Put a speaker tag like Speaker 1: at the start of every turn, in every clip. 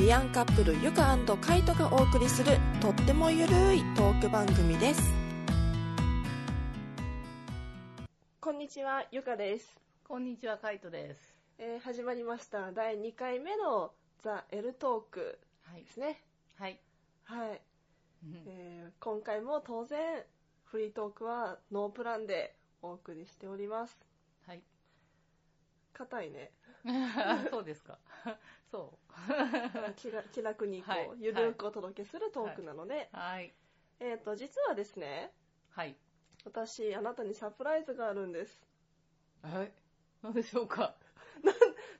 Speaker 1: ヤンカップルゆかカイトがお送りするとってもゆるいトーク番組ですこんにちはゆかです、
Speaker 2: こんにちは、カイトです。
Speaker 1: えー始まりました第2回目のザ・エルトーク
Speaker 2: はい
Speaker 1: で。すね
Speaker 2: はい。
Speaker 1: はい、
Speaker 2: うん
Speaker 1: えー今回も当然フリートークはノープランでお送りしております
Speaker 2: はい。
Speaker 1: 硬いね
Speaker 2: そうですか。 そう。
Speaker 1: 気が気楽にこう、
Speaker 2: はい
Speaker 1: ゆるくお届けするトークなので、
Speaker 2: はい。
Speaker 1: えっ、と実はですね
Speaker 2: はい。
Speaker 1: 私あなたにサプライズがあるんです
Speaker 2: はい。何でしょうか。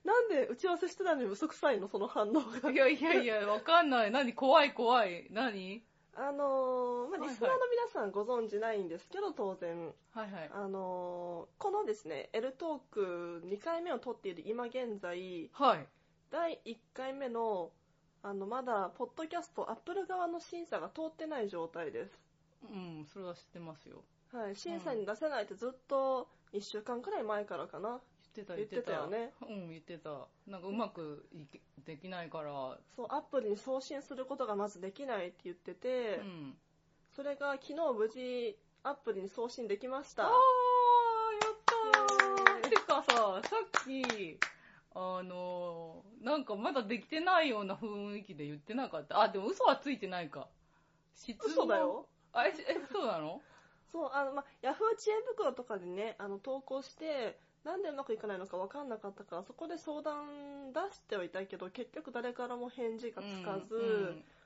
Speaker 1: なんで打ち合わせしてたのに嘘くさいのその反応が
Speaker 2: いやいやいや、わかんない。何怖い怖い。何
Speaker 1: あのーま
Speaker 2: はいは
Speaker 1: あ、
Speaker 2: い
Speaker 1: リスナーの皆さんご存知ないんですけど当然
Speaker 2: はいはい。
Speaker 1: あのーこのですね L トーク2回目を撮っている今現在
Speaker 2: はい。
Speaker 1: 第1回目のあのまだポッドキャストアップル側の審査が通ってない状態です
Speaker 2: うん、それは知ってますよ。
Speaker 1: はい、審査に出せないってずっと1週間くらい前からかな、
Speaker 2: 言ってた、
Speaker 1: 言っ
Speaker 2: 言ってて
Speaker 1: た
Speaker 2: た。
Speaker 1: よね。
Speaker 2: うん、言ってた。なんかうまくいけできないから。
Speaker 1: そうアプリに送信することがまずできないって言ってて、
Speaker 2: うん。
Speaker 1: それが昨日無事アプリに送信できまし
Speaker 2: あ
Speaker 1: たイエ
Speaker 2: ー、やった
Speaker 1: ーイ
Speaker 2: ーてかさ、さっき、あのー、なんかまだできてないような雰囲気で言ってなかった。あ、でも嘘はついてないか。質問。
Speaker 1: 嘘だ。よ
Speaker 2: あれ、しえ、そうなの
Speaker 1: そうあの、ま、ヤフー知恵袋とかでねあの投稿してなんでうまくいかないのか分かんなかったからそこで相談出してはいたけど結局誰からも返事がつかず、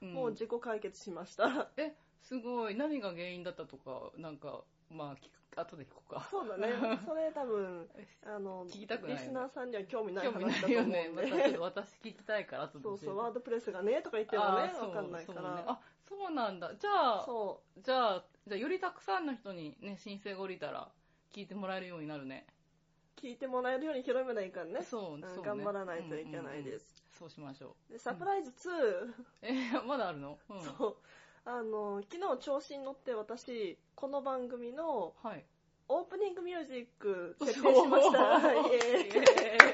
Speaker 2: うんうん
Speaker 1: もう自己解決しま した。
Speaker 2: え、すごい。何が原因だったとか、なんか、まあ、聞く、後で聞こうか。
Speaker 1: そうだね。 それ多 分、あの、
Speaker 2: 聞きたくない
Speaker 1: リスナーさんには興味ない
Speaker 2: 興
Speaker 1: 話
Speaker 2: 味
Speaker 1: だと
Speaker 2: な
Speaker 1: 思
Speaker 2: いよ
Speaker 1: うんで
Speaker 2: ね。またちょっと私聞きたいから、後 で
Speaker 1: そ
Speaker 2: 教
Speaker 1: う
Speaker 2: えて。
Speaker 1: そう、ワードプレスがねとか言っても
Speaker 2: あ
Speaker 1: ね、
Speaker 2: ーそう
Speaker 1: わかんないか
Speaker 2: そうね
Speaker 1: ら。
Speaker 2: あ、そうなんだ。じゃあ、
Speaker 1: そ
Speaker 2: じゃあ、じゃあよりたくさんの人にね、申請が降りたら、聞いてもらえるようになるね。
Speaker 1: う、聞いてもらえるように広めないからね。
Speaker 2: そうう、
Speaker 1: ん
Speaker 2: そう、ね。
Speaker 1: 頑張らないといけない
Speaker 2: うんうんう
Speaker 1: で
Speaker 2: ん
Speaker 1: す。
Speaker 2: そうしましょ
Speaker 1: でサプライズ
Speaker 2: う。 えー、まだあるのうん。
Speaker 1: 2、そう、 あの、昨日調子に乗って私、この番組の
Speaker 2: はい。
Speaker 1: オープニングミュージック決定しました。 はい イエーイ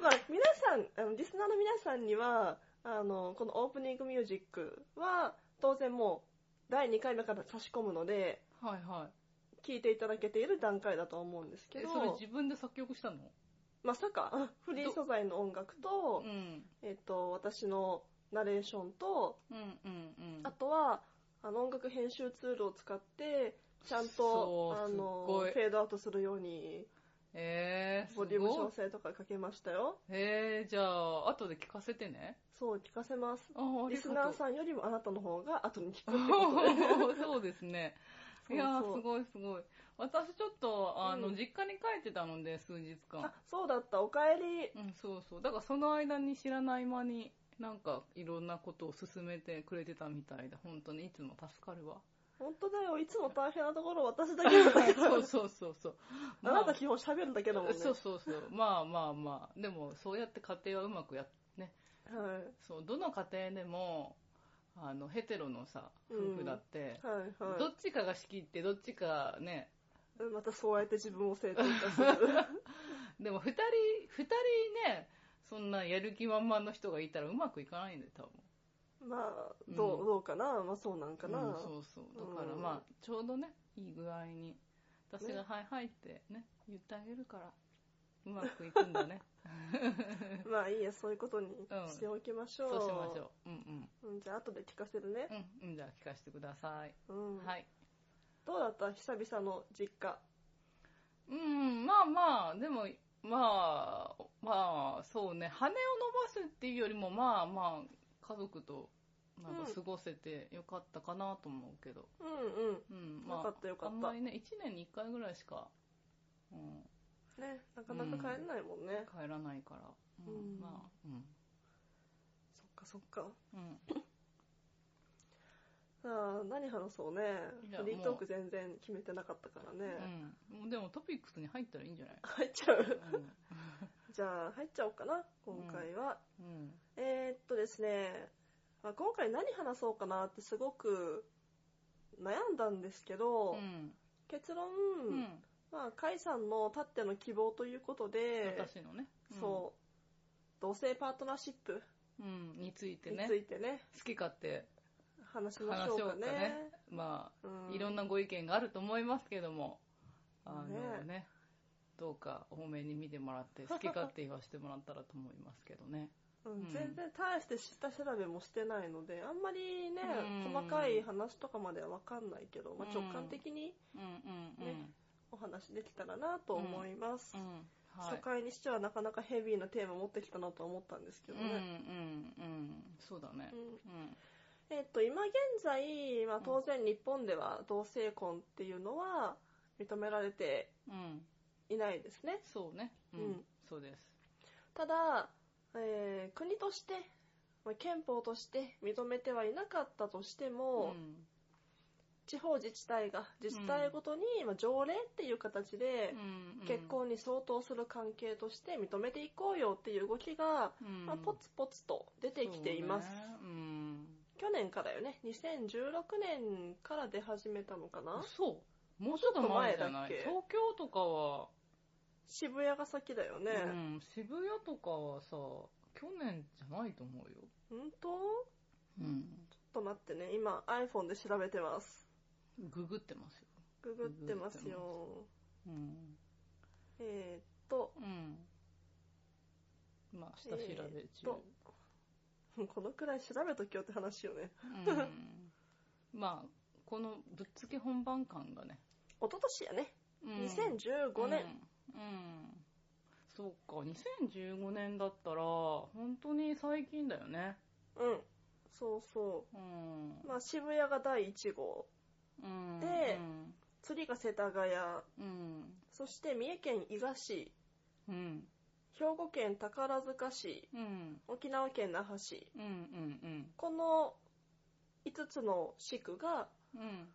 Speaker 1: まあ、皆さん、あのリスナーの皆さんには、あの、このオープニングミュージックは、当然もう、第2回目から差し込むので、
Speaker 2: はいは
Speaker 1: 聞いていただけている段階だと思うんです
Speaker 2: い。
Speaker 1: け
Speaker 2: え、それ
Speaker 1: ど、
Speaker 2: 自分で作曲したの
Speaker 1: まさか、フリー素材の音楽と
Speaker 2: う、ん。
Speaker 1: えっと、私のナレーションと、
Speaker 2: うんうんうん。
Speaker 1: あとは、あの、音楽編集ツールを使って、ちゃん
Speaker 2: そ
Speaker 1: と、
Speaker 2: う
Speaker 1: あの、
Speaker 2: すっごい
Speaker 1: フェードアウトするように、
Speaker 2: えー、
Speaker 1: ボリューム
Speaker 2: すご
Speaker 1: 調
Speaker 2: い
Speaker 1: 整とかかけましたよ。
Speaker 2: えー、じゃあ、後で聞かせてね。
Speaker 1: そう、聞かせます。
Speaker 2: あ、あ
Speaker 1: リ
Speaker 2: りが
Speaker 1: ス
Speaker 2: とう。
Speaker 1: ナーさんよりもあなたの方が後に聞くってことで。
Speaker 2: そうですね。 いや
Speaker 1: そうそう
Speaker 2: ー、すごいすごい。私ちょっと、あの、
Speaker 1: うん
Speaker 2: 実家に帰ってたので、数日間
Speaker 1: あ。、そうだった、おかえり。
Speaker 2: うん、そうそう。だからその間に知らない間に、なんかいろんなことを進めてくれてたみたいで、本当にいつも助か るわ。
Speaker 1: 本当だよ、いつも大変なところ私だけだ から。
Speaker 2: そうそうそうそう。
Speaker 1: あなた基本喋るだけだもんね。
Speaker 2: そうそうそう。まあまあまあ。でも、そうやって家庭はうまくやっ、ね。
Speaker 1: はい。
Speaker 2: そう、どの家庭でも、あの、ヘテロのさ、夫婦だって、
Speaker 1: はい
Speaker 2: ど
Speaker 1: は
Speaker 2: っちかが仕切って、どっちかね、
Speaker 1: い。またそうやって自分を正当化す る。
Speaker 2: でも二人、二人ね、そんなやる気満々の人がいたらうまくいかないんだよ、多分。
Speaker 1: まあ、ど
Speaker 2: う
Speaker 1: う、
Speaker 2: ん
Speaker 1: どうかなまあそうなんかな、
Speaker 2: うん、そうそう。だから
Speaker 1: うん
Speaker 2: まあ、ちょうどね、いい具合に、私
Speaker 1: ね
Speaker 2: がはいはいってね、言ってあげるから、うまくいく んだね。
Speaker 1: まあいいや、そういうことに
Speaker 2: うん
Speaker 1: しておきましょ。
Speaker 2: そううしましょう。うん
Speaker 1: う。ん、じゃあ後で聞かせるね。
Speaker 2: うん。うん、うん、じゃあ聞かせてください。
Speaker 1: うん。
Speaker 2: はい。
Speaker 1: どうだった久々の実家。
Speaker 2: うん、まあまあ、でも、まあ、まあ、そうね、羽を伸ばすっていうよりも、まあまあ、家族と、なんか過ごせてよかったかなと思うけど。
Speaker 1: うんうん。
Speaker 2: うん、
Speaker 1: よ
Speaker 2: ま
Speaker 1: か
Speaker 2: あ
Speaker 1: ったよ、か
Speaker 2: あ
Speaker 1: った
Speaker 2: んまりね、1年に1回ぐらいしか、うん、
Speaker 1: ね、なかなか帰れないもんね。
Speaker 2: 帰らないから、うん
Speaker 1: うん
Speaker 2: まあ、うん。
Speaker 1: そっかそっか。
Speaker 2: うん、
Speaker 1: ああ、何話そうね
Speaker 2: い。や
Speaker 1: フリートーク全然決めてなかったからね。
Speaker 2: うんもうでもトピックスに入ったらいいんじゃない、
Speaker 1: 入っちゃう。
Speaker 2: うん
Speaker 1: じゃあ、入っちゃおうかな、今回は。
Speaker 2: うん、
Speaker 1: えー、っとですね、まあ、今回何話そうかなってすごく悩んだんですけど、
Speaker 2: うん、
Speaker 1: 結論、
Speaker 2: うん、
Speaker 1: まあ、甲斐さんのたっての希望ということで、
Speaker 2: 私のね、
Speaker 1: そう、同性パートナーシップ
Speaker 2: ううん、について
Speaker 1: に
Speaker 2: ね
Speaker 1: つ、いてね、
Speaker 2: 好き勝手
Speaker 1: 話しま
Speaker 2: 話
Speaker 1: しょう
Speaker 2: しよう
Speaker 1: か
Speaker 2: かね。
Speaker 1: ね。
Speaker 2: まあ、
Speaker 1: う
Speaker 2: いろんなご意見があると思いますけども、あのね、どうか多めに見てもらって、好き勝手言わせてもらったらと思いますけどね。
Speaker 1: うん
Speaker 2: うん
Speaker 1: 全然大して下調べもしてないので、あんまりね、
Speaker 2: うん
Speaker 1: 細かい話とかまではわかんないけど、まあ、直感的に
Speaker 2: うんうんうん。
Speaker 1: ねお話できたらなと思います。
Speaker 2: うん。は
Speaker 1: 初
Speaker 2: い。
Speaker 1: 回にしてはなかなかヘビーなテーマ持ってきたなとは思ったんですけ
Speaker 2: うん
Speaker 1: ど
Speaker 2: うん
Speaker 1: ね。
Speaker 2: うん。そうだね
Speaker 1: う。ん
Speaker 2: うん。
Speaker 1: えっと、今現在、まあ、当然日本では同性婚っていうのは認められて
Speaker 2: うん。
Speaker 1: いないですね。
Speaker 2: そうね。う
Speaker 1: うんん。
Speaker 2: そうです。
Speaker 1: ただ、えー国として、まあ憲法として認めてはいなかったとして
Speaker 2: う
Speaker 1: も、
Speaker 2: ん。
Speaker 1: 地方自治体が自治体ごとに、まあ条例っていう形で、
Speaker 2: うん
Speaker 1: 結。婚に相当する関係として認めていこうよっていう動きが、
Speaker 2: うん。
Speaker 1: まあポツポツと出てきています。
Speaker 2: そうねうん。
Speaker 1: 去年からよね、2016年から出始めたのかな
Speaker 2: そう。もうちょっと前じゃ
Speaker 1: も
Speaker 2: な
Speaker 1: う
Speaker 2: い
Speaker 1: ちょっと前だっけ
Speaker 2: 東京とかは、
Speaker 1: 渋谷が先だよね。
Speaker 2: うん、渋谷とかはさ、去年じゃないと思うよ。
Speaker 1: 本当
Speaker 2: うん。
Speaker 1: ちょっと待ってね、今 iPhone で調べてます。
Speaker 2: ググってますよ。
Speaker 1: ググってますよ。
Speaker 2: うん。
Speaker 1: えーっと、
Speaker 2: うん。まあ、下調べ中。
Speaker 1: えーっと このくらい調べときよって話よね。
Speaker 2: うん。まあ、このぶっつけ本番感がね。
Speaker 1: 一昨年やね、
Speaker 2: うん
Speaker 1: 2015年。。
Speaker 2: うん。うんそうか、2015年だったら、本当に最近だよね。
Speaker 1: うん。そうそ
Speaker 2: う
Speaker 1: う。
Speaker 2: ん。
Speaker 1: まあ渋谷が第1号、
Speaker 2: うん、
Speaker 1: で釣りが世田谷、
Speaker 2: うん。
Speaker 1: そして三重県伊賀市、
Speaker 2: うん。うん。
Speaker 1: 兵庫県宝塚市、
Speaker 2: うん。
Speaker 1: 沖縄県那覇市、
Speaker 2: うん。うん。
Speaker 1: この5つの市区が
Speaker 2: うん。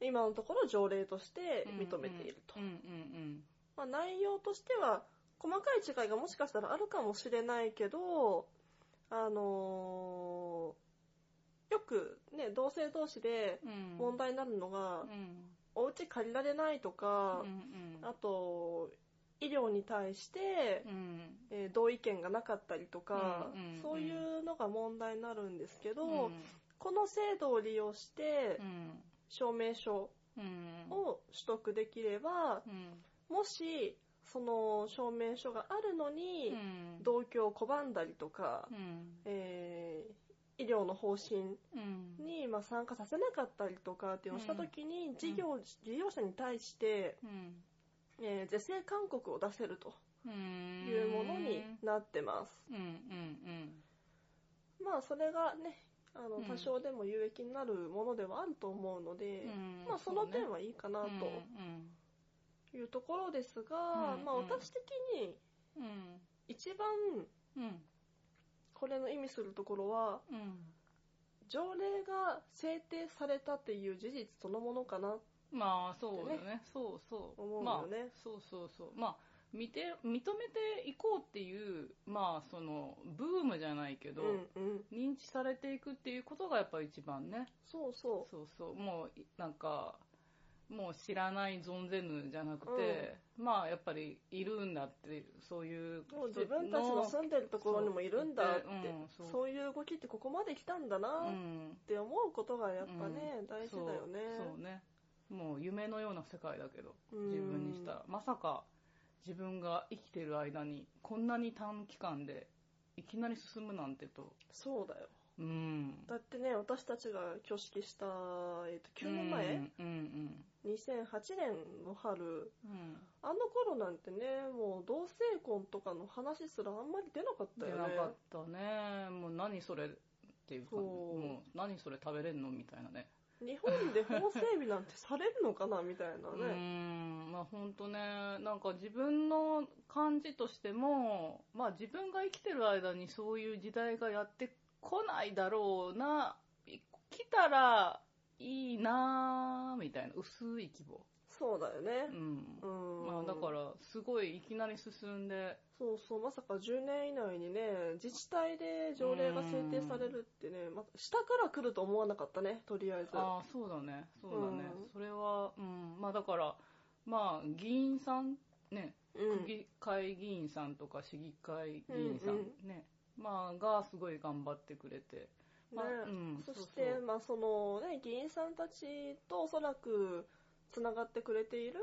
Speaker 1: 今のところ条例として認めていると
Speaker 2: うん。。うん。
Speaker 1: まあ、内容としては細かい違いがもしかしたらあるかもしれないけど、あのーよくね、同性同士で
Speaker 2: うん。
Speaker 1: 問題になるのが
Speaker 2: う、ん。
Speaker 1: お家借りられないとか
Speaker 2: う、ん。
Speaker 1: あと、医療に対して、
Speaker 2: うん。
Speaker 1: えー同意見がなかったりとか、
Speaker 2: うんうんうん
Speaker 1: そういうのが問題になるんですけど、
Speaker 2: うん。
Speaker 1: この制度を利用して
Speaker 2: う、ん。
Speaker 1: 証明書
Speaker 2: うん。
Speaker 1: を取得できれば、
Speaker 2: うん。
Speaker 1: もし、その証明書があるのに、
Speaker 2: うん。
Speaker 1: 同居を拒んだりとか、
Speaker 2: うん。
Speaker 1: えー医療の方針
Speaker 2: うん。
Speaker 1: に、まあ、参加させなかったりとかっていうのをしたときに、事業、事業者に対して、
Speaker 2: うん。
Speaker 1: えー是正勧告を出せると
Speaker 2: うん。
Speaker 1: いうものになってます。
Speaker 2: うん。うん。
Speaker 1: まあ、それがね、あ
Speaker 2: う
Speaker 1: の、
Speaker 2: ん
Speaker 1: 多少でも有益になるものではあると思うので、
Speaker 2: うん。
Speaker 1: まあ、その点はいいかな
Speaker 2: うん。
Speaker 1: というところですが、
Speaker 2: うん
Speaker 1: まあ、
Speaker 2: うん
Speaker 1: 私的に
Speaker 2: うん。
Speaker 1: 一番
Speaker 2: うん。
Speaker 1: これの意味するところは、
Speaker 2: うん。
Speaker 1: 条例が制定されたっていう事実そのものかな。
Speaker 2: まあ、そうだね。そうそう。
Speaker 1: 思う
Speaker 2: ま
Speaker 1: よね
Speaker 2: あ、そうそうそう。まあ、見て、認めていこうっていう、まあ、その、ブームじゃないけ
Speaker 1: う
Speaker 2: ど、
Speaker 1: んうん。
Speaker 2: 認知されていくっていうことがやっぱ一番ね。
Speaker 1: そうそ
Speaker 2: そうそう。もう、いなんか、もう知らない存ぜぬじゃなくて、まあやっぱりいるんだって、そういう
Speaker 1: う。もう自分たちの住んでるところにもいるんだって、
Speaker 2: そううんそう
Speaker 1: そういう動きってここまで来たんだな
Speaker 2: う
Speaker 1: っ
Speaker 2: ん、
Speaker 1: て思うことがやっぱね、大事だよね。
Speaker 2: そうそうね。もう夢のような世界だけど、
Speaker 1: うん
Speaker 2: 自分にしたら。まさか自分が生きてる間にこんなに短期間でいきなり進むなんてと。
Speaker 1: そうだよ。
Speaker 2: うん。
Speaker 1: だってね、私たちが挙式した、えっ、と、9年前、
Speaker 2: うんうん
Speaker 1: 2008年の春、
Speaker 2: うん。うん
Speaker 1: あの頃なんてね、もう同性婚とかの話すらあんまり出なかった
Speaker 2: 出
Speaker 1: よ
Speaker 2: な
Speaker 1: ね。
Speaker 2: かったね。もう何それっていう感じ。
Speaker 1: そう
Speaker 2: もう何それ食べれんのみたいなね。
Speaker 1: 日本で法整備なんてされるのかなみたいな
Speaker 2: うー
Speaker 1: ね。
Speaker 2: ん。まあ本当ね、なんか自分の感じとしても、まあ自分が生きてる間にそういう時代がやってこないだろうな、来たらいいなみたいな、薄い希望。
Speaker 1: そうだよね
Speaker 2: う。ん。
Speaker 1: うん。
Speaker 2: まあだから、すごいいきなり進んで、
Speaker 1: そうそう、まさか10年以内にね、自治体で条例が制定されるってね、ま、下から来ると思わなかったね、とりあえず。
Speaker 2: ああ、そうだね。そうだね。
Speaker 1: うん
Speaker 2: それは、うん。まあだから、まあ議員さん、ね、
Speaker 1: うん
Speaker 2: 区議会議員さんとか市議会議員さ
Speaker 1: う
Speaker 2: ん、
Speaker 1: ん
Speaker 2: ね、まあ、がすごい頑張ってくれて。まあうん
Speaker 1: そし
Speaker 2: そう
Speaker 1: て
Speaker 2: そう
Speaker 1: まあそのね議員さんたちとおそらくつながってくれている、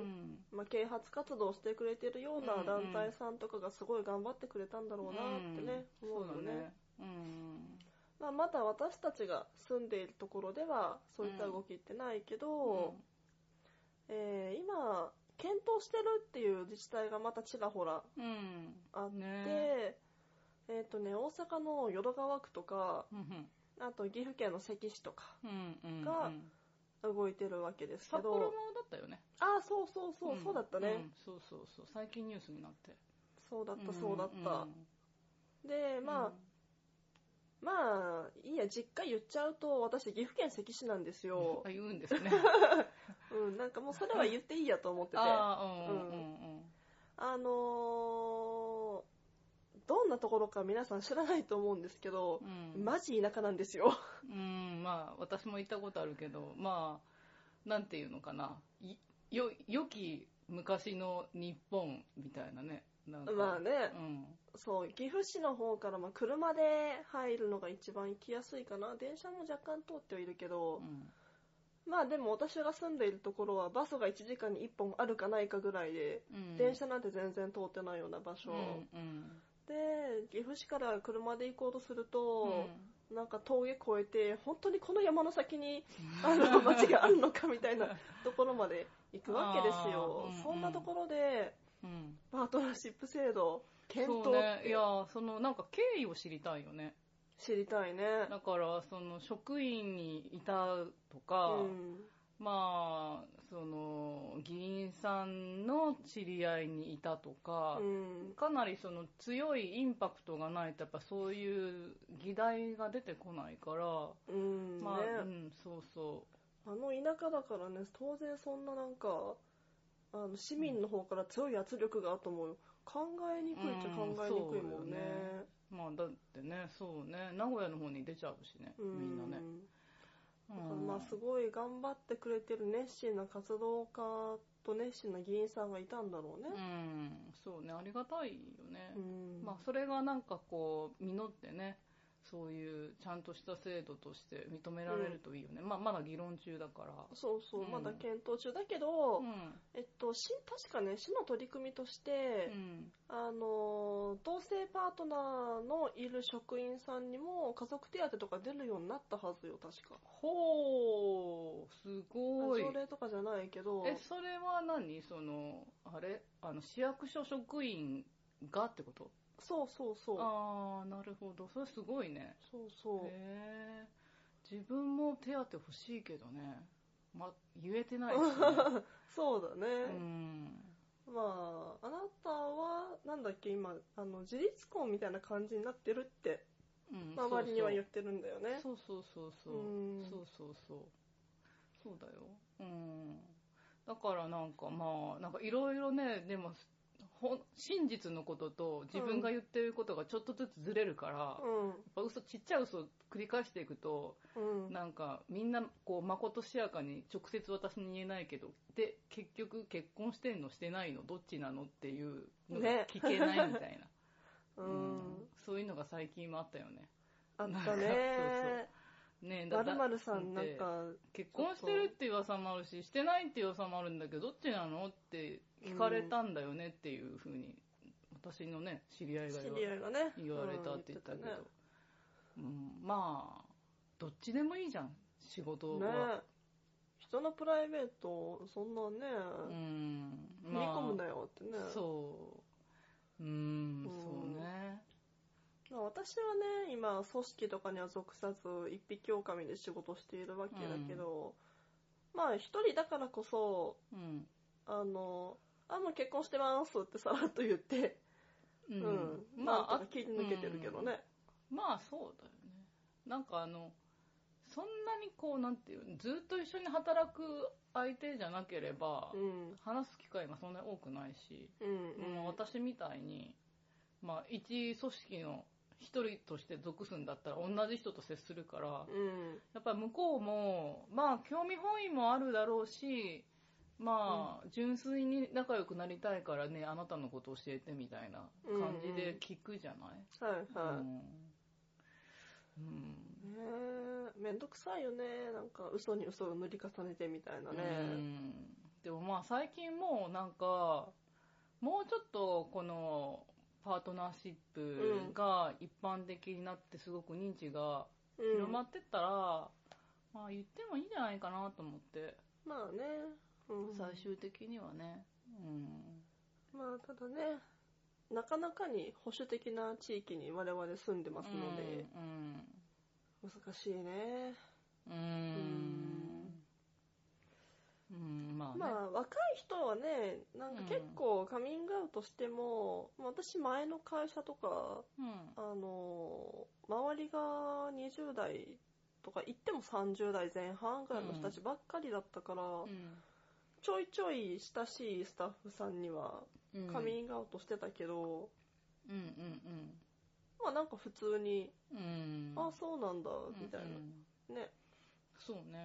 Speaker 2: うん。
Speaker 1: まあ、啓発活動をしてくれているよう
Speaker 2: うん
Speaker 1: な
Speaker 2: うん
Speaker 1: 団体さんとかがすごい頑張ってくれたんだろうなってね、
Speaker 2: そ
Speaker 1: 思うよ
Speaker 2: うだ
Speaker 1: ね
Speaker 2: ね。うん。
Speaker 1: まあ、まだ私たちが住んでいるところではそういった動きってないけど、えー今検討してるっていう自治体がまたちらほら
Speaker 2: うん。
Speaker 1: あって、
Speaker 2: ね
Speaker 1: えっ、とね大阪の淀川区とか
Speaker 2: うん。うん
Speaker 1: あと岐阜県の関市とか
Speaker 2: うんうん。
Speaker 1: が
Speaker 2: うん、
Speaker 1: 動いてるわけですけ
Speaker 2: 札幌もだ
Speaker 1: ど
Speaker 2: ったよね。
Speaker 1: ああそうそうそう、
Speaker 2: ん
Speaker 1: そうだったね、
Speaker 2: うんそうそうそう。最近ニュースになって。
Speaker 1: そうだったそうだった、で
Speaker 2: うん。
Speaker 1: まあ、まあいいや実家言っちゃうと私岐阜県関市なんです
Speaker 2: うん、
Speaker 1: よ
Speaker 2: あ、、言う んですね。
Speaker 1: うん、なんかもうそれは言っていいやと思ってて
Speaker 2: ああ、う
Speaker 1: う
Speaker 2: んうんんうんうん。
Speaker 1: あのーどんなところか皆さん知らないと思うんですけど、
Speaker 2: うん
Speaker 1: マジ田舎なんですよ。
Speaker 2: うん、まあ、私も行ったことあるけど、まあ、なんていうのかな。いよ、良き昔の日本みたいなね。なんか
Speaker 1: まあね、
Speaker 2: うん。
Speaker 1: そう、岐阜市の方からまあ車で入るのが一番行きやすいかな。電車も若干通ってはいるけ
Speaker 2: う
Speaker 1: ど、
Speaker 2: ん
Speaker 1: まあでも私が住んでいるところはバスが1時間に1本あるかないかぐらいで、
Speaker 2: うん。
Speaker 1: 電車なんて全然通ってないような場所。
Speaker 2: うんうん。
Speaker 1: で、岐阜市から車で行こうとすると、なんか峠越えて、本当にこの山の先に、あの、街があるのかみたいなところまで行くわけですよ。
Speaker 2: あーうんうん
Speaker 1: そんなところで、
Speaker 2: うん。
Speaker 1: パートナーシップ制度、検討
Speaker 2: そう
Speaker 1: っ
Speaker 2: ね。い
Speaker 1: て
Speaker 2: や、その、なんか経緯を知りたいよね。
Speaker 1: 知りたいね。
Speaker 2: だから、その、職員にいたとか、
Speaker 1: うん
Speaker 2: まあ、その、議員さんの知り合いにいたとか、
Speaker 1: うん
Speaker 2: かなりその強いインパクトがないとやっぱそういう議題が出てこないから、
Speaker 1: うんね
Speaker 2: まあ、うん、そうそ
Speaker 1: あの田舎だからね、当然そんななんか、あの市民の方から強い圧力があっても、考えにくいっちゃ考えにくいもんね。
Speaker 2: う。まあだってね、そうね、名古屋の方に出ちゃうしね、
Speaker 1: う
Speaker 2: みんなね。う
Speaker 1: だから
Speaker 2: ん
Speaker 1: まあすごい頑張ってくれてる熱心な活動家と熱心な議員さんがいたんだろうね
Speaker 2: う。ん、そうね、ありがたいよね。
Speaker 1: うん
Speaker 2: まあそれがなんかこう、実ってね、そういうちゃんとした制度として認められるといいよね。まあまだ議論中だから。
Speaker 1: そうそう、
Speaker 2: うん
Speaker 1: まだ検討中だけど、
Speaker 2: うん。
Speaker 1: えっと、市、確かね、市の取り組みとして、
Speaker 2: うん。
Speaker 1: あの、同性パートナーのいる職員さんにも家族手当とか出るようになったはずよ、確か。
Speaker 2: ほー、すごい。
Speaker 1: 条例とかじゃないけど、
Speaker 2: え、それは何その、あれあの、市役所職員がってこと
Speaker 1: そうそうそう。
Speaker 2: あー、なるほど。それすごいね。
Speaker 1: そうそう。
Speaker 2: へー。自分も手当欲しいけどね。ま、言えてないし、 ね。
Speaker 1: そうだね。
Speaker 2: うん。
Speaker 1: まあ、あなたは、なんだっけ、今、あの、自立婚みたいな感じになってるって、
Speaker 2: うん
Speaker 1: 周りには言っ
Speaker 2: って
Speaker 1: るんだよね。
Speaker 2: そうそうそうそう。
Speaker 1: うん
Speaker 2: そうそうそう。そうだよ。うん。だからなんかまあ、なんかいろいろね、でも、ほん真実のことと自分が言ってることがちょっとずつずれるから、やっぱ嘘、ちっちゃい嘘を繰り返していくと、
Speaker 1: うん。うん。
Speaker 2: なんか、みんな、こう、まことしやかに直接私に言えないけど、で、結局、結婚してんのしてないのどっちなのっていうのが
Speaker 1: ね
Speaker 2: 聞けないみたいな。
Speaker 1: う
Speaker 2: うん
Speaker 1: ん。
Speaker 2: そういうのが最近もあったよね。
Speaker 1: あった
Speaker 2: なんか
Speaker 1: ね。
Speaker 2: ねえ、
Speaker 1: ま
Speaker 2: だ
Speaker 1: る
Speaker 2: だ
Speaker 1: まるさんなん
Speaker 2: で
Speaker 1: か、
Speaker 2: 結婚してるって噂もあるし、してないって噂もあるんだけど、どっちなのって聞かれたんだよねっていうふうに、私のね、知り合いが
Speaker 1: 知
Speaker 2: 言わ
Speaker 1: り合いがね。
Speaker 2: 言われたって言ったけど、うん、まあ、どっちでもいいじゃん、仕事
Speaker 1: うん。
Speaker 2: は。
Speaker 1: ね人のプライベートをそんな
Speaker 2: う
Speaker 1: ね、
Speaker 2: ん。
Speaker 1: 踏み込むなよってね。
Speaker 2: そう。うん、そうね。
Speaker 1: まあ私はね、今、組織とかには属さず、一匹狼で仕事しているわけだけど、まあ、一人だからこそ、
Speaker 2: うん。
Speaker 1: あの、あ、もう結婚してますってさらっと言って、
Speaker 2: う
Speaker 1: うん。ま
Speaker 2: ま
Speaker 1: あ、
Speaker 2: あ、
Speaker 1: 切り抜けてるけどね。
Speaker 2: うんまあ、そうだよね。なんかあの、そんなにこう、なんていうの、ずっと一緒に働く相手じゃなければ、
Speaker 1: うん。
Speaker 2: 話す機会がそんなに多くないし、
Speaker 1: うん。
Speaker 2: まあ私みたいに、まあ、一組織の一人として属すんだったら同じ人と接するから、
Speaker 1: うん。
Speaker 2: やっぱり向こうも、まあ、興味本位もあるだろうし、まあ、純粋に仲良くなりたいからね、あなたのこと教えてみたいな感じで聞くじゃない、
Speaker 1: はい
Speaker 2: うん
Speaker 1: はい。
Speaker 2: うん
Speaker 1: ねえめんどくさいよね。なんか、嘘に嘘を塗り重ねてみたいなね。
Speaker 2: うんでもまあ最近もうなんか、もうちょっとこのパートナーシップが一般的になってすごく認知が
Speaker 1: うん
Speaker 2: 広まってったら、まあ言ってもいいんじゃないかなと思って、
Speaker 1: まあね。うん、
Speaker 2: 最終的にはね。うん
Speaker 1: まあ、ただね、なかなかに保守的な地域に我々住んでますので、
Speaker 2: うん
Speaker 1: 難しいね。
Speaker 2: うんうんうんまあね、
Speaker 1: まあ、若い人はね、なんか結構カミングアウトしても、まあ私前の会社とか、
Speaker 2: うん
Speaker 1: あの、周りが20代とか言っても30代前半ぐらいの人たちばっかりだったから、ちょいちょい親しいスタッフさんには
Speaker 2: うん
Speaker 1: カミングアウトしてたけど、
Speaker 2: うんうん
Speaker 1: まあなんか普通に、
Speaker 2: うんうん
Speaker 1: ああ、そうなんだ、みたい
Speaker 2: うんうん
Speaker 1: な。ね。
Speaker 2: そうね。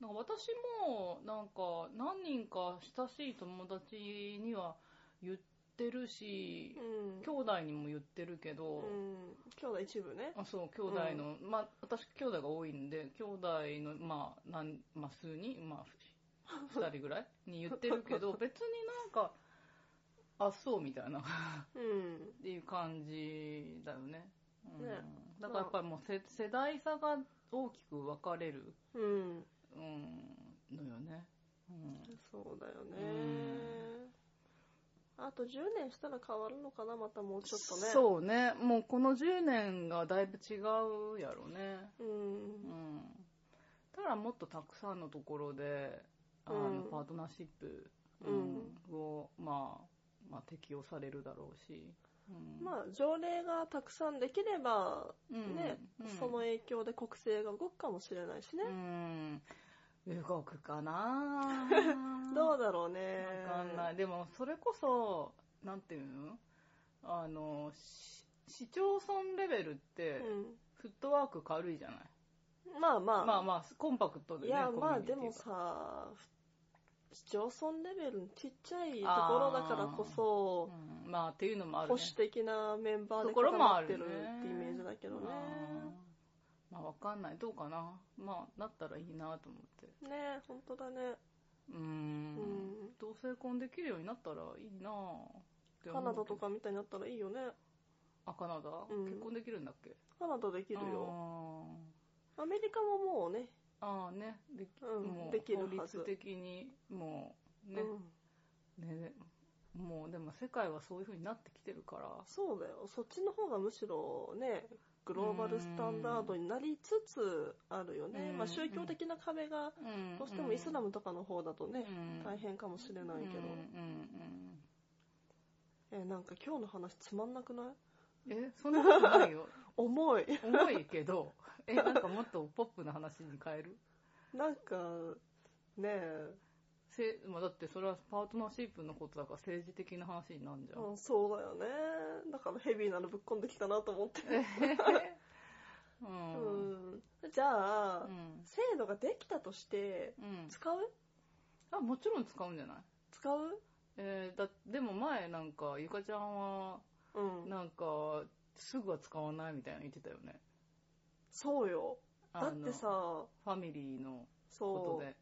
Speaker 2: なんか私も、なんか何人か親しい友達には言ってるし
Speaker 1: う、ん。
Speaker 2: 兄弟にも言ってるけ
Speaker 1: う
Speaker 2: ど、
Speaker 1: ん、兄弟一部ね。
Speaker 2: あそう、兄弟の、まあ私兄弟が多いんで、兄弟の、まあ、なんまあ、数人、ま あ、ふ二人ぐらいに言ってるけど、別になんか、あ、そうみたいな、っ
Speaker 1: うん。
Speaker 2: ていう感じだよね。うん
Speaker 1: ね
Speaker 2: だからやっぱりもうせ世代差が大きく分かれる。
Speaker 1: うん。
Speaker 2: うん、のよね。うん。
Speaker 1: そうだよね
Speaker 2: うん。
Speaker 1: あと10年したら変わるのかな、またもうちょっとね。う。
Speaker 2: そうね。もうこの10年がだいぶ違うやろね。
Speaker 1: ん
Speaker 2: う。ん。ただもっとたくさんのところで、あの、
Speaker 1: うん
Speaker 2: パートナーシップ、を、まあ、まあ適用されるだろうし。うん、
Speaker 1: まあ、条例がたくさんできれば、
Speaker 2: うん
Speaker 1: ね、
Speaker 2: うん
Speaker 1: その影響で国政が動くかもしれないしね。
Speaker 2: うん。動くかな
Speaker 1: どうだろうね。
Speaker 2: わかんない。でも、それこそ、なんていうのあの、し市町村レベルって、フットワーク軽いじゃない。
Speaker 1: うん。まあまあ。
Speaker 2: まあまあ、コンパクトで
Speaker 1: い
Speaker 2: ね。
Speaker 1: や、
Speaker 2: コミ
Speaker 1: ま
Speaker 2: ュ
Speaker 1: あ
Speaker 2: ニテ
Speaker 1: で
Speaker 2: ィが
Speaker 1: も、さ、市町村レベルのちっちゃいところだからこそ、
Speaker 2: うんまあっていうのもあ
Speaker 1: 保
Speaker 2: るね
Speaker 1: 守。的なメンバーで
Speaker 2: ところ
Speaker 1: 固
Speaker 2: も
Speaker 1: ま
Speaker 2: あ
Speaker 1: って
Speaker 2: るね
Speaker 1: るってイメージだけどね。
Speaker 2: あーまあわかんない。どうかな。まあ、なったらいいなと思って。
Speaker 1: ね本当だね。
Speaker 2: うー。
Speaker 1: うんん。
Speaker 2: 同性婚できるようになったらいいなって思
Speaker 1: カ
Speaker 2: うけど
Speaker 1: ナダと。かみたいになったらいいよね。
Speaker 2: あ、カナダ、
Speaker 1: うん
Speaker 2: 結婚できるんだっけ
Speaker 1: カナダできるよ。
Speaker 2: あー
Speaker 1: アメリカももうね、
Speaker 2: あーね、でき、
Speaker 1: うん
Speaker 2: もう
Speaker 1: できるはず
Speaker 2: 法律的に、もうね、
Speaker 1: うん
Speaker 2: ね、もうでも世界はそういう風になってきてるから、
Speaker 1: そうだよ。そっちの方がむしろね、グローバルスタンダードになりつつあるよね
Speaker 2: う。ん
Speaker 1: まあ宗教的な壁が、どうしてもイスラ
Speaker 2: ム
Speaker 1: ムとかの方だとね、大変かもしれないけど。えなんか今日の話つまんなくない
Speaker 2: けど。え、そんなことないよ。
Speaker 1: 重い。
Speaker 2: 重いけど、え、なんかもっとポップな話に変える
Speaker 1: なんか、ねえ、
Speaker 2: せまあ、だってそれはパートナーシップのことだから政治的な話になんじゃん。
Speaker 1: うんそうだよね。だからヘビーなのぶっこんできたなと思って。
Speaker 2: う。
Speaker 1: うん
Speaker 2: うん。
Speaker 1: ん。じゃあ、制度ができたとして、
Speaker 2: うん。
Speaker 1: 使う
Speaker 2: あ、もちろん使うんじゃない
Speaker 1: 使う
Speaker 2: えーだ、でも前なんか、ゆかちゃんは、
Speaker 1: うん。
Speaker 2: なんか、すぐは使わないみたいなの言ってたよね。
Speaker 1: そうよ。だ
Speaker 2: あ
Speaker 1: っ
Speaker 2: の
Speaker 1: て、さ、
Speaker 2: ファミリーのこ
Speaker 1: そ
Speaker 2: と
Speaker 1: う。
Speaker 2: で。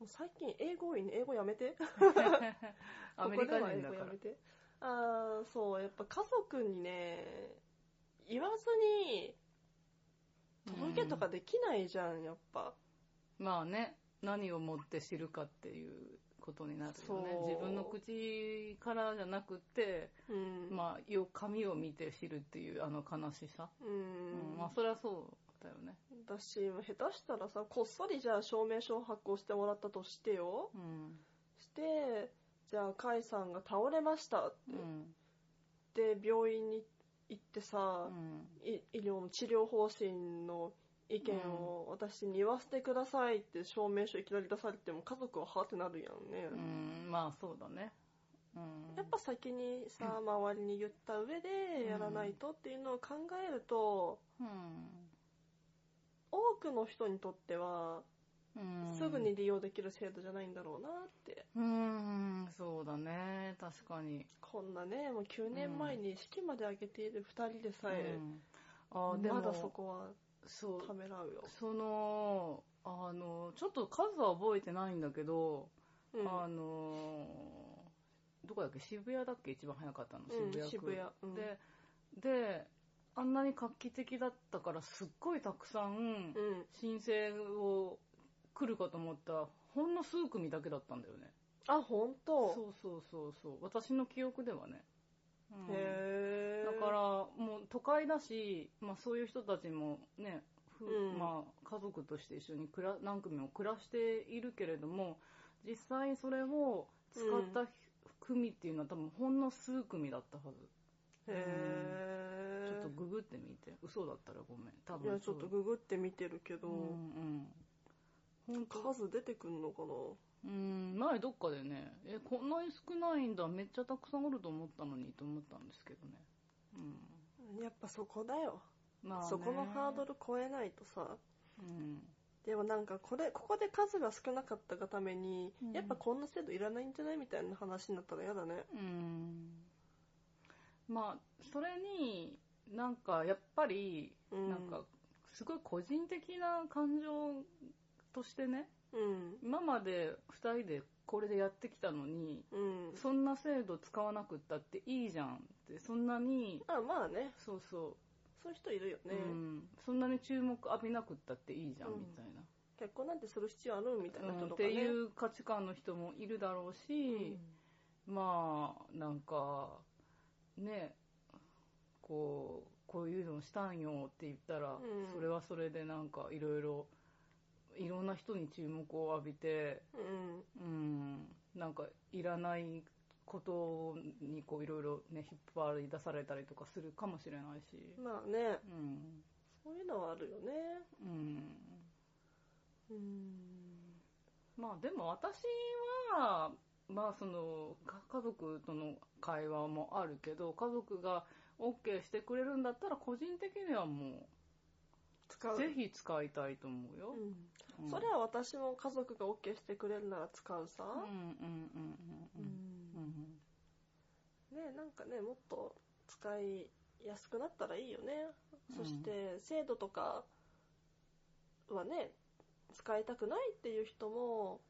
Speaker 1: もう最近英語多いね。英語やめて。
Speaker 2: アメリカ
Speaker 1: ここで
Speaker 2: 人だ
Speaker 1: は英語
Speaker 2: か
Speaker 1: や
Speaker 2: ら
Speaker 1: め。て。あーそう、やっぱ家族にね、言わずに、届けとかできないじゃん、やっぱ。
Speaker 2: まあね、何をもって知るかっていうことになるよね
Speaker 1: そ。う
Speaker 2: 自分の口からじゃなくて、
Speaker 1: うん。
Speaker 2: まあ、よ紙を見て知るっていうあの悲しさ。
Speaker 1: う
Speaker 2: うん
Speaker 1: ん。
Speaker 2: まあ、それはそうだよね。
Speaker 1: だし、下手したらさ、こっそりじゃあ証明書を発行してもらったとしてよ。
Speaker 2: うん。
Speaker 1: して、じゃあ、カイさんが倒れましたっ
Speaker 2: うん。
Speaker 1: て、病院に行って
Speaker 2: う
Speaker 1: さ、
Speaker 2: ん。
Speaker 1: い医療の治療方針の意見を私に言わせてくださいって証明書いきなり出されても家族ははってなるやんね。
Speaker 2: うんまあ、そうだね。うん。
Speaker 1: やっぱ先にさ、周りに言った上でやらないとっていうのを考えると、
Speaker 2: うん。
Speaker 1: 多くの人にとっては、
Speaker 2: うん
Speaker 1: すぐに利用できる制度じゃないんだろうなって。
Speaker 2: うんそうだね確かに
Speaker 1: こんなね、もう9年前に式まで上げている2人でさえ
Speaker 2: う、んあーでも
Speaker 1: まだそこは
Speaker 2: そう
Speaker 1: ためらうよ。
Speaker 2: そのあのちょっと数は覚えてないんだけど、
Speaker 1: うん
Speaker 2: あのどこだっけ渋谷だっけ一番早かったの渋
Speaker 1: う
Speaker 2: 谷
Speaker 1: ん
Speaker 2: 区、
Speaker 1: 渋谷。うん
Speaker 2: でであんなに画期的だったからすっごいたくさん
Speaker 1: うん。
Speaker 2: 申請を来るかと思ったほんの数組だけだったんだよね
Speaker 1: あ、本
Speaker 2: そ
Speaker 1: 当。
Speaker 2: うそうそうそう私の記憶ではね、うん
Speaker 1: へ
Speaker 2: だ
Speaker 1: ー
Speaker 2: から、もう都会だし、まあ、そういう人たちもね、ふ
Speaker 1: うん
Speaker 2: まあ、家族として一緒に暮ら何組も暮らしているけれども実際それを使ったひ組っていうのは多分ほんの数組だったはず
Speaker 1: へ
Speaker 2: ちょっ
Speaker 1: ー
Speaker 2: とググってみて嘘だったらごめん多
Speaker 1: い
Speaker 2: 分
Speaker 1: や、ちょっとググって見てるけど、
Speaker 2: うんうん本当
Speaker 1: 数出てくんのかな
Speaker 2: うん前どっかでねえこんなに少ないんだめっちゃたくさんおると思ったのにと思ったんですけどねう
Speaker 1: やっぱそこだよ。
Speaker 2: んまあね
Speaker 1: そこのハードル超えないとさ。
Speaker 2: うん
Speaker 1: でもなんかこれ、ここで数が少なかったがために、
Speaker 2: うん
Speaker 1: やっぱこんな制度いらないんじゃないみたいな話になったら嫌だね。
Speaker 2: うんまあそれになんかやっぱり
Speaker 1: うん。
Speaker 2: なんかすごい個人的な感情としてね
Speaker 1: うん。
Speaker 2: 今まで2人でこれでやってきたのに
Speaker 1: うん。
Speaker 2: そんな制度使わなくったっていいじゃんってそんなに
Speaker 1: あ、まあね。
Speaker 2: そうそ
Speaker 1: そういう人いるよ
Speaker 2: う、
Speaker 1: ね。
Speaker 2: うん、そんなに注目浴びなくったっていいじゃんみたいな、
Speaker 1: 結婚なんてする必要あるみたいな
Speaker 2: うん
Speaker 1: 人
Speaker 2: っ
Speaker 1: とか
Speaker 2: て
Speaker 1: ね。
Speaker 2: いう価値観の人もいるだろう
Speaker 1: う
Speaker 2: し、
Speaker 1: ん
Speaker 2: まあ、なんか、ね、こう、こういうのしたんよって言ったら、
Speaker 1: うん
Speaker 2: それはそれでなんかいろいろ、いろんな人に注目を浴びて、
Speaker 1: うん。
Speaker 2: うん、なんかいらないことにこういろいろね、引っ張り出されたりとかするかもしれないし、
Speaker 1: まあね、
Speaker 2: うん、
Speaker 1: そういうのはあるよね。
Speaker 2: うん。
Speaker 1: うん。
Speaker 2: まあでも私は、まあその、か家族との会話もあるけど、家族が OK してくれるんだったら個人的にはも
Speaker 1: 使
Speaker 2: う、
Speaker 1: う。
Speaker 2: ぜひ使いたいと思うよ。
Speaker 1: う
Speaker 2: うん
Speaker 1: ん。それは私も家族が OK してくれるなら使うさ。
Speaker 2: うんうんうんうんうんうん
Speaker 1: ねなんかねもっと使いやすくなったらいいよね、
Speaker 2: う
Speaker 1: そ
Speaker 2: ん
Speaker 1: して制度とかはね使いたくないっていう人も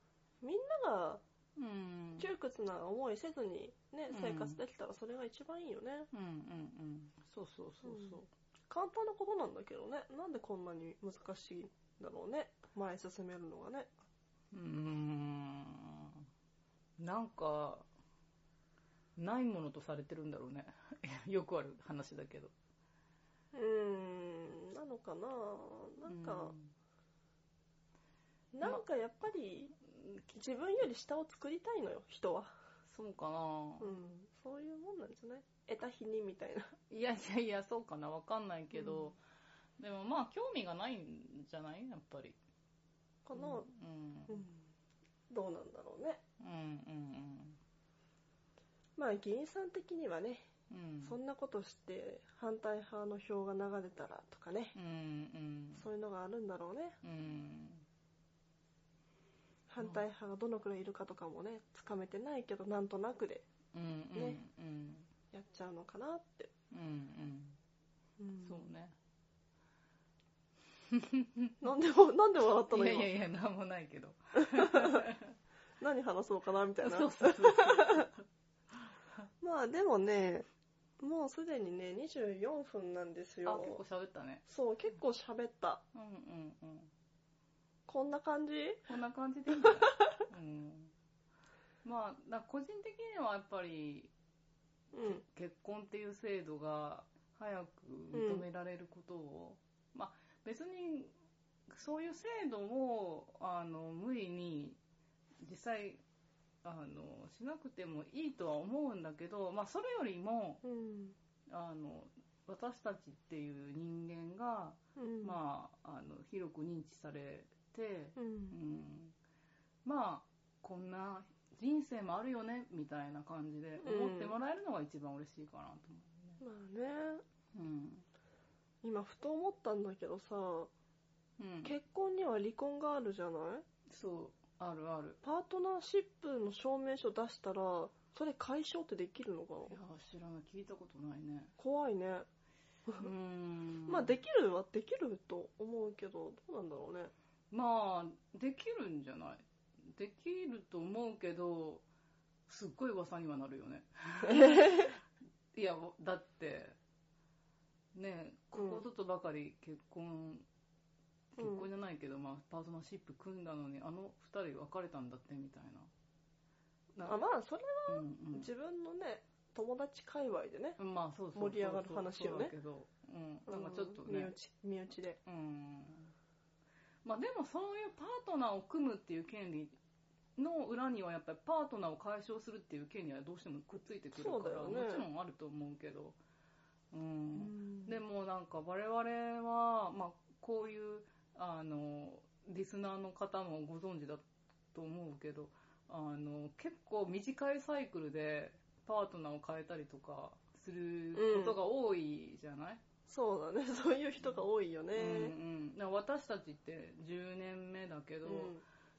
Speaker 1: みんなが
Speaker 2: うん。うん。
Speaker 1: 窮屈な思いせずにね、
Speaker 2: うん
Speaker 1: 生活できたらそれが一番いいよね
Speaker 2: うんうんうん。そうそうそうそう。
Speaker 1: 簡単なことなんだけどねなんでこんなに難しいんだろうね前へ進めるのがね
Speaker 2: うーん。なんか、ないものとされてるんだろうね。よくある話だけど。
Speaker 1: うーんなのかななんか、
Speaker 2: ん
Speaker 1: なんかやっぱり自分より下を作りたいのよ人は
Speaker 2: そうかな
Speaker 1: うん、そういうもんなんじゃない得た日にみたいな。
Speaker 2: いやいやいや、そうかな、わかんないけど、でもまあ、興味がないんじゃないやっぱり。
Speaker 1: この、
Speaker 2: うん。
Speaker 1: うんどうなんだろうね。
Speaker 2: うんうん
Speaker 1: まあ議員さん的にはね、
Speaker 2: うん。うん。
Speaker 1: そんなことして反対派の票が流れたらとかね、
Speaker 2: うんうん。
Speaker 1: そういうのがあるんだろうね。
Speaker 2: うん。
Speaker 1: 反対派がどのくらいいるかとかもね、つかめてないけど、なんとなくで
Speaker 2: うんうん。
Speaker 1: ね
Speaker 2: うん。
Speaker 1: やっちゃうのかなって。
Speaker 2: うんうん。そうね。
Speaker 1: なんでも、なんで笑った
Speaker 2: い
Speaker 1: の
Speaker 2: や
Speaker 1: 今
Speaker 2: いやいや、なんもないけど。
Speaker 1: 何話そうかなみたいな。
Speaker 2: そうそうそう。
Speaker 1: まあでもね、もうすでにね、24分なんです
Speaker 2: あ、結構
Speaker 1: よ。
Speaker 2: 喋ったね。
Speaker 1: そう、結構喋った。
Speaker 2: うんうんうん。
Speaker 1: こんな感じ
Speaker 2: こんな感じでいいんじゃないうん。まあ、だ個人的にはやっぱり、
Speaker 1: うん。
Speaker 2: 結婚っていう制度が早く認められることを、まあ別にそういう制度をあの無理に実際あのしなくてもいいとは思うんだけど、まあ、それよりも
Speaker 1: うん。
Speaker 2: あの私たちっていう人間が、
Speaker 1: うん
Speaker 2: まあ、あの広く認知されて、
Speaker 1: う
Speaker 2: うんん、まあこんな人生もあるよねみたいな感じで思ってもらえるのが一番嬉しいかなと思う。
Speaker 1: まあね
Speaker 2: うん
Speaker 1: 今ふと思ったんだけどさ
Speaker 2: うん
Speaker 1: 結婚には離婚があるじゃない
Speaker 2: そう、あるある。
Speaker 1: パートナーシップの証明書出したら、それ解消ってできるのか
Speaker 2: いや
Speaker 1: な
Speaker 2: ー、知らない。聞いたことないね。
Speaker 1: 怖いね。
Speaker 2: うーん。
Speaker 1: まあ、できるはできると思うけど、どうなんだろうね。
Speaker 2: まあ、できるんじゃないできると思うけど、すっごい噂にはなる よね。いや、だって、ねえここぞとばかり結婚、
Speaker 1: うん
Speaker 2: 結婚じゃないけど、まあ、パートナーシップ組んだのに、あの二人別れたんだって、みたいな。な
Speaker 1: あまあ、それ
Speaker 2: うんうん
Speaker 1: 自分のね、友達界隈でね、
Speaker 2: うんまあ、そうそう
Speaker 1: 盛り上がる話よね
Speaker 2: そうだけど、うん。なんかちょっとね、
Speaker 1: 身内、身内で。
Speaker 2: うんまあでもそういうパートナーを組むっていう権利の裏にはやっぱりパートナーを解消するっていう権利はどうしてもくっついてくるか
Speaker 1: そうだ
Speaker 2: ら、
Speaker 1: よね
Speaker 2: もちろんあると思うけど、うん、でもなんか我々は、まあ、こういうあのリスナーの方もご存知だと思うけどあの結構短いサイクルでパートナーを変えたりとかすることが多いじゃない、
Speaker 1: そうだね、 そういう人が多いよね。
Speaker 2: うんうん、だから私たちって10年目だけど、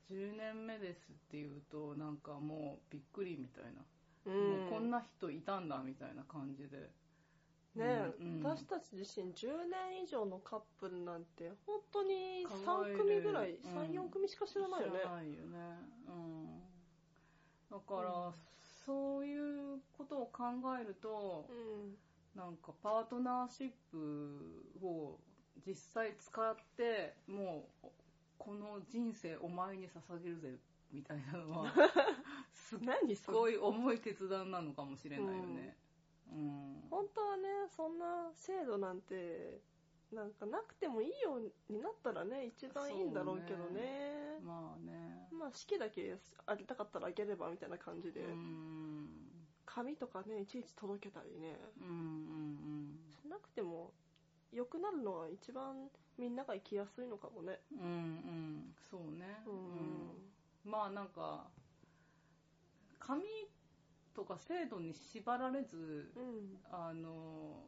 Speaker 2: 10年目ですっていうとなんかもうびっくりみたいな、
Speaker 1: うん。
Speaker 2: もうこんな人いたんだみたいな感じで
Speaker 1: ね
Speaker 2: うん
Speaker 1: 私たち自身10年以上のカップルなんて、本当に
Speaker 2: 考え
Speaker 1: 3
Speaker 2: る
Speaker 1: 組ぐらい、
Speaker 2: うん
Speaker 1: 3、4組しか知らないよね
Speaker 2: 知。らないよねうん、だから、
Speaker 1: うん
Speaker 2: そういうことを考えると、
Speaker 1: うん。
Speaker 2: なんかパートナーシップを実際使ってもうこの人生お前に捧げるぜみたいな のはすっ
Speaker 1: 何
Speaker 2: す
Speaker 1: それ
Speaker 2: ごい重い決断なのかもしれないよね。うん。
Speaker 1: 本当はね、そんな制度なんて、なんかなくてもいいようになったらね、一番いいんだろうけど
Speaker 2: そう
Speaker 1: ね。
Speaker 2: まあね。
Speaker 1: まあ、式だけあげたかったらあげればみたいな感じで、
Speaker 2: うん。
Speaker 1: 紙とかね、いちいち届けたりね、
Speaker 2: うんうん
Speaker 1: しなくても良くなるのは一番みんなが生きやすいのかもね。
Speaker 2: うん。うんうん。そうね。
Speaker 1: うん。
Speaker 2: うんまあなんか、紙とか制度に縛られず、
Speaker 1: うん。
Speaker 2: あの、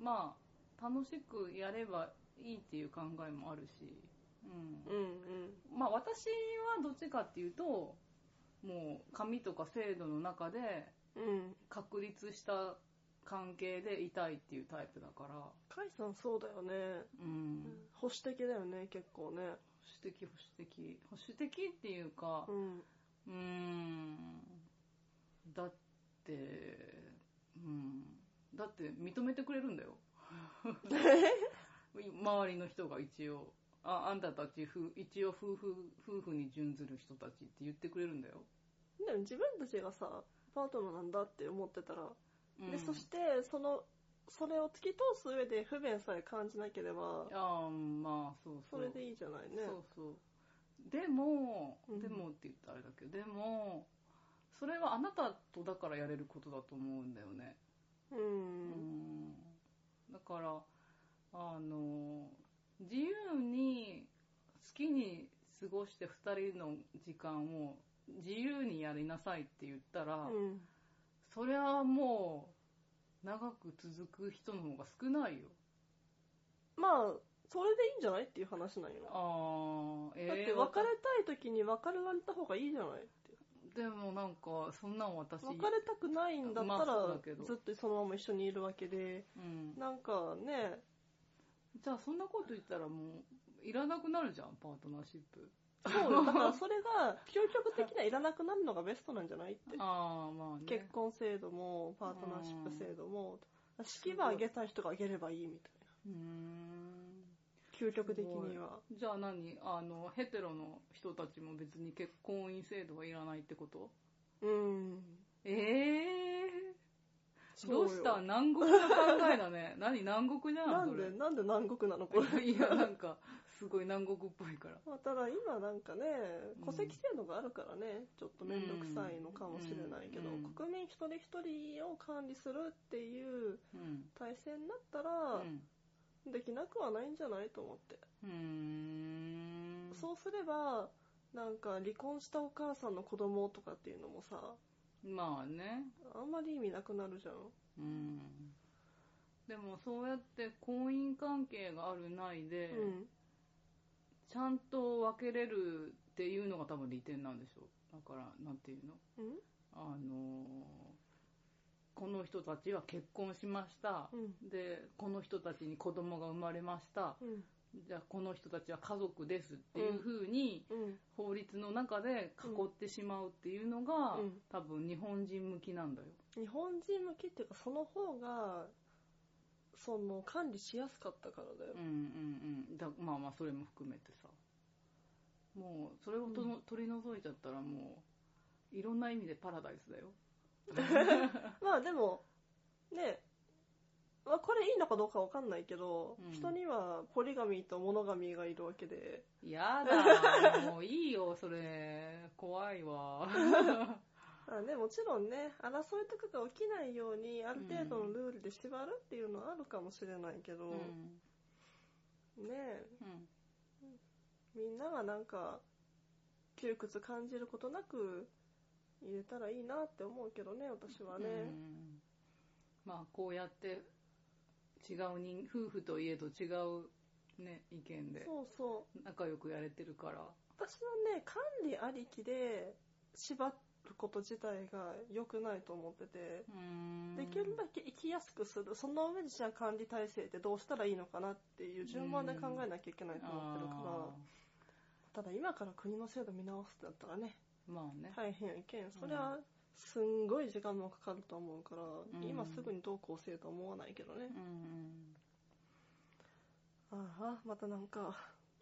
Speaker 2: まあ、楽しくやればいいっていう考えもあるし、うん
Speaker 1: うん。うん。
Speaker 2: まあ私はどっちかっていうと、もう紙とか制度の中で
Speaker 1: うん。
Speaker 2: 確立した関係でいたいっていうタイプだから、
Speaker 1: カイさんそうだよね。
Speaker 2: うん。
Speaker 1: 保守的だよね、結構ね。
Speaker 2: 保守的、保守的。保守的っていうか
Speaker 1: う、ん。
Speaker 2: うーん。だって、うん。だって認めてくれる んだよ。周りの人が一応、あ、あんたたち夫、一応夫婦、夫婦に準ずる人たちって言ってくれるんだよ。
Speaker 1: でも自分たちがさ、パートナーなんだって思ってたら、
Speaker 2: う
Speaker 1: で、
Speaker 2: ん
Speaker 1: そして、その、それを突き通す上で不便さえ感じなければ、
Speaker 2: ああ、まあ、そう
Speaker 1: そ
Speaker 2: そ。
Speaker 1: うれでいいじゃないね。
Speaker 2: そうそう。でも、
Speaker 1: うん
Speaker 2: でもって言ったらあれだけど、でも、それはあなたとだからやれることだと思うんだよね。
Speaker 1: う。
Speaker 2: うんん。だから、あの、自由に、好きに過ごして二人の時間を自由にやりなさいって言ったら、
Speaker 1: うん。
Speaker 2: そりゃもう、長く続く人の方が少ないよ。
Speaker 1: まあ、それでいいんじゃないっていう話なんよ。
Speaker 2: ああ、え
Speaker 1: だって
Speaker 2: ー
Speaker 1: 別れたい時に別れられた方がいいじゃないって。
Speaker 2: でもなんか、そんなん私、
Speaker 1: 別れたくないんだった
Speaker 2: まあそう
Speaker 1: ら
Speaker 2: だけ、ど
Speaker 1: ずっとそのまま一緒にいるわけで、
Speaker 2: うん。
Speaker 1: なんか ね、
Speaker 2: じゃあそんなこと言ったらもう、いらなくなるじゃん、パートナーシップ。
Speaker 1: そうよだからそれが、究極的にはいらなくなるのがベストなんじゃないって。
Speaker 2: ああ、まあね。
Speaker 1: 結婚制度も、パートナーシップ制度も、式はあげたい人があげればいいみたいう
Speaker 2: ーん。
Speaker 1: な。究極的には。
Speaker 2: じゃあ何あの、ヘテロの人たちも別に結婚姻制度はいらないってこと
Speaker 1: うん。
Speaker 2: ええー。
Speaker 1: そうよ
Speaker 2: どうした南国な考えだね。 何南国じゃん、
Speaker 1: なん
Speaker 2: それ
Speaker 1: で、なんで南国なのこれ。
Speaker 2: いや、なんか、すごい南国っぽいから。
Speaker 1: まあ、ただ今なんかね
Speaker 2: うん、
Speaker 1: 戸籍制度があるからね、ちょっと面倒くさいのかもしれないけど、
Speaker 2: うんうん
Speaker 1: 国民一人一人を管理するっていう
Speaker 2: うん。
Speaker 1: 体制になった
Speaker 2: う
Speaker 1: ら、
Speaker 2: ん。
Speaker 1: できなくはないんじゃないと思って。
Speaker 2: うーん。
Speaker 1: そうすれば、なんか離婚したお母さんの子供とかっていうのもさ、
Speaker 2: まあね。
Speaker 1: あんまり意味なくなるじゃん。
Speaker 2: うんでもそうやって婚姻関係があるないで、
Speaker 1: うん。
Speaker 2: ちゃんと分けれるっていうのが多分利点なんでしょう。だから、なんていうの
Speaker 1: うん
Speaker 2: あのこの人たちは結婚しました。
Speaker 1: うん
Speaker 2: で、この人たちに子供が生まれました。
Speaker 1: うん
Speaker 2: じゃあ、この人たちは家族ですっていう風に、
Speaker 1: うん
Speaker 2: 法律の中で囲ってしまうっていうのが、
Speaker 1: うん
Speaker 2: 多分日本人向きなんだよ。
Speaker 1: 日本人向きっていうかその方がその管理しやすかったからだよ
Speaker 2: うんうんうん。だまあまあ、それも含めてさ。もう、それをとの、取り除いちゃったらもう、いろんな意味でパラダイスだ よ。
Speaker 1: まあでもねまあこれいいのかどうかわかんないけど、
Speaker 2: うん
Speaker 1: 人にはポリガミとモノガミがいるわけで
Speaker 2: やだー、もういいよ、それ。怖いわ。
Speaker 1: あねもちろんね争いとかが起きないようにある程度のルールで縛るっていうのはあるかもしれないけ
Speaker 2: う
Speaker 1: ど、
Speaker 2: ん。
Speaker 1: ね
Speaker 2: うん。
Speaker 1: みんながなんか窮屈感じることなく入れたらいいなって思うけどね私はね。
Speaker 2: うんまあ、こうやって、違う人、夫婦といえど違うね、意見で、
Speaker 1: そうそう
Speaker 2: 仲良くやれてるから。
Speaker 1: 私はね管理ありきで縛ること自体が良くないと思ってて
Speaker 2: うん
Speaker 1: できるだけ生きやすくするその上でじゃあ管理体制ってどうしたらいいのかなっていう順番で考えなきゃいけないと思ってるか
Speaker 2: あ
Speaker 1: らただ今から国の制度見直すってなったらね
Speaker 2: ーまあね。
Speaker 1: 大変やけんそれはすんごい時間もかかると思うから
Speaker 2: ん
Speaker 1: 今すぐにどうこうせえとは思わないけどね
Speaker 2: うんうん。
Speaker 1: ああまたなんか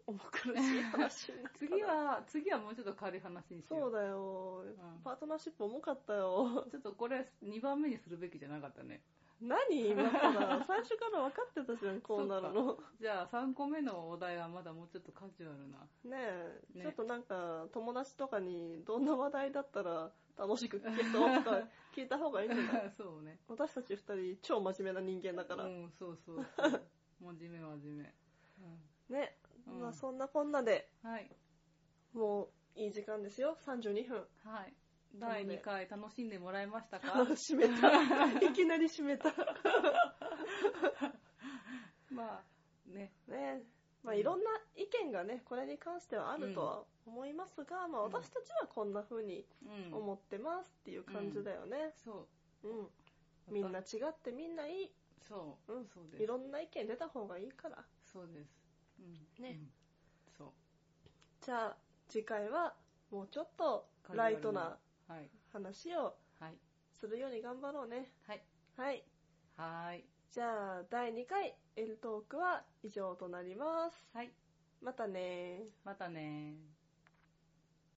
Speaker 1: 重苦しい 話になった
Speaker 2: 次は、次はもうちょっと軽い話にし
Speaker 1: そ
Speaker 2: よ
Speaker 1: う
Speaker 2: う。
Speaker 1: だよ
Speaker 2: うん
Speaker 1: パートナーシップ重かったよ
Speaker 2: ちょっとこれ、2番目にするべきじゃなかったね。
Speaker 1: 何今 から最初から分かってたじゃんこうなるの
Speaker 2: じゃあ、3個目のお題はまだもうちょっとカジュアルな。
Speaker 1: ねえ
Speaker 2: ね
Speaker 1: ちょっとなんか友達とかにどんな話題だったら楽しく聞けそう とか聞いた方がいいんじゃない
Speaker 2: そうね。
Speaker 1: 私たち二人超真面目な人間だから、
Speaker 2: うん、そうそう そう。真面目真面目。
Speaker 1: ね、
Speaker 2: うん
Speaker 1: まあそんなこんなで
Speaker 2: うん、はい。
Speaker 1: もういい時間ですよ32分
Speaker 2: はい。
Speaker 1: なので
Speaker 2: 第2回楽しんでもらえましたか
Speaker 1: 閉めたいきなり閉めた
Speaker 2: まあ、ね。
Speaker 1: ねまあいろんな意見がねこれに関してはあるとは思いますが、まあ私たちはこんな風に
Speaker 2: うん。
Speaker 1: 思ってますっていう感じだよね、
Speaker 2: そ
Speaker 1: うん
Speaker 2: う。
Speaker 1: みんな違ってみんないい。
Speaker 2: そう。
Speaker 1: うん
Speaker 2: そう
Speaker 1: い
Speaker 2: です。
Speaker 1: ろんな意見出た方がいいから。
Speaker 2: そうです。うん。
Speaker 1: ね
Speaker 2: うん。そ
Speaker 1: じゃあ、次回はもうちょっと
Speaker 2: カジュア
Speaker 1: ラ
Speaker 2: ル
Speaker 1: イ
Speaker 2: な
Speaker 1: トな
Speaker 2: う。はい。
Speaker 1: 話を
Speaker 2: はい。
Speaker 1: するように頑張ろうね。
Speaker 2: はい。
Speaker 1: はい。
Speaker 2: はーい。
Speaker 1: じゃあ、第2回 L トークは以上となります。
Speaker 2: はい。
Speaker 1: またねー。
Speaker 2: またねー。